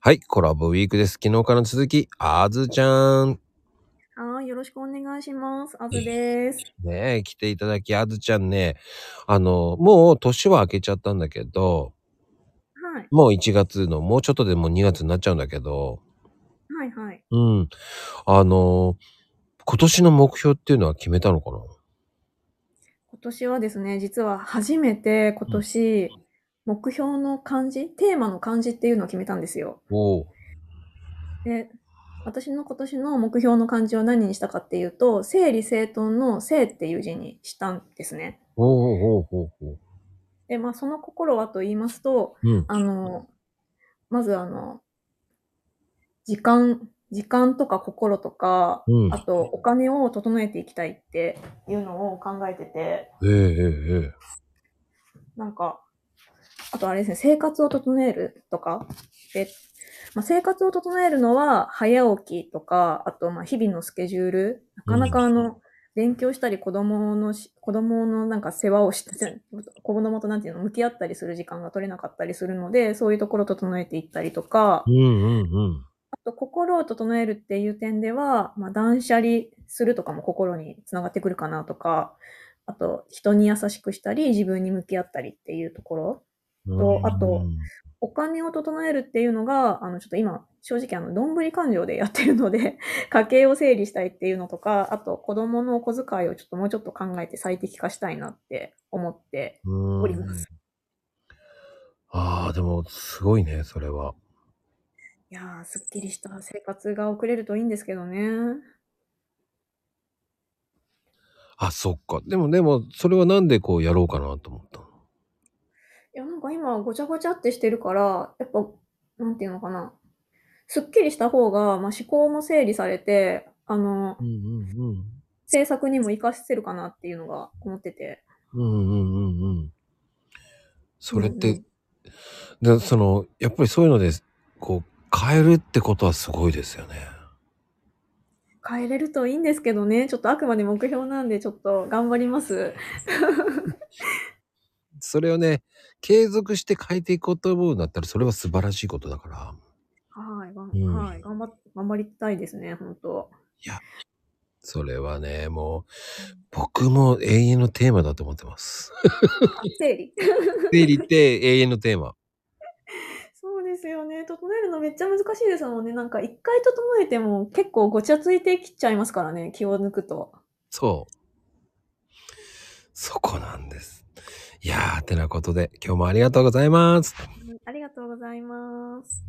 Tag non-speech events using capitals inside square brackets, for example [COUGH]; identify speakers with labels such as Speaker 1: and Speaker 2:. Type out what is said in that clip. Speaker 1: はい、コラボウィークです。昨日からの続き、あずちゃん。
Speaker 2: はい、よろしくお願いします。あずです。
Speaker 1: ねえ、来ていただき、あずちゃんね、あの、もう年は明けちゃったんだけど、
Speaker 2: はい、
Speaker 1: もう1月の、もうちょっとでもう2月になっちゃうんだけど、
Speaker 2: はい、はい。
Speaker 1: うん。あの、今年の目標っていうのは決めたのかな
Speaker 2: 今年はですね、実は初めて今年、目標の漢字、テーマの漢字っていうのを決めたんですよ。
Speaker 1: おう。
Speaker 2: で、私の今年の目標の漢字を何にしたかっていうと、整理整頓の整っていう字にしたんですね。
Speaker 1: おうおうおうおう
Speaker 2: で、まあその心はと言いますと、
Speaker 1: おう。うん。
Speaker 2: あの、まずあの、時間、時間とか心とか、
Speaker 1: うん。
Speaker 2: あとお金を整えていきたいっていうのを考えてて、
Speaker 1: ええええええ。
Speaker 2: なんか、あとあれですね、生活を整えるとかで、まあ、生活を整えるのは早起きとか、あとまあ日々のスケジュール、なかなかあの、勉強したり子供のし、子供のなんか世話をして、子供となんていうの、向き合ったりする時間が取れなかったりするので、そういうところを整えていったりとか、
Speaker 1: うんうんうん。
Speaker 2: あと心を整えるっていう点では、まあ、断捨離するとかも心につながってくるかなとか、あと人に優しくしたり、自分に向き合ったりっていうところ、とあとお金を整えるっていうのが、あの、ちょっと今、正直あの、どんぶり勘定でやってるので、 [LAUGHS] 家計を整理したいっていうのとか、あと子供のお小遣いをちょっともうちょっと考えて最適化したいなって思って
Speaker 1: うん、
Speaker 2: おります。
Speaker 1: ああ、でも、すごいね、それは。
Speaker 2: いやー、すっきりした生活が送れるといいんですけどね。
Speaker 1: あ、そっか。でも、でも、それはなんでこうやろうかなと思ったの
Speaker 2: いや、なんか今、ごちゃごちゃってしてるから、やっぱ、なんていうのかな。すっきりした方が、まあ、思考も整理されて、あの、
Speaker 1: うんうん
Speaker 2: 制作にも活かせるかなっていうのが思ってて。
Speaker 1: うん。うんうんうんうん。それっ
Speaker 2: うんう
Speaker 1: て
Speaker 2: ん、
Speaker 1: でその、やっぱりそういうので、こう、変えるってことはすごいですよね。
Speaker 2: 変えれるといいんですけどね。ちょっとあくまで目標なんで、ちょっと頑張ります。
Speaker 1: それをね、継続して変えていこうと思うんだったら、それは素晴らしいことだから。
Speaker 2: はい、がん
Speaker 1: うん
Speaker 2: はい、頑張っ、頑張りたいですね、本当
Speaker 1: それはね、もう、僕も永遠のテーマだと思ってます。
Speaker 2: あ整理。
Speaker 1: 整理って永遠のテーマ。
Speaker 2: そうですよね。整えるのめっちゃ難しいですもんね。なんか一回整えても結構ごちゃついてきちゃいますからね、気を抜くと。
Speaker 1: そう。そこなんです。いやー、てなことで、今日もありがとうございます。
Speaker 2: ありがとうございます。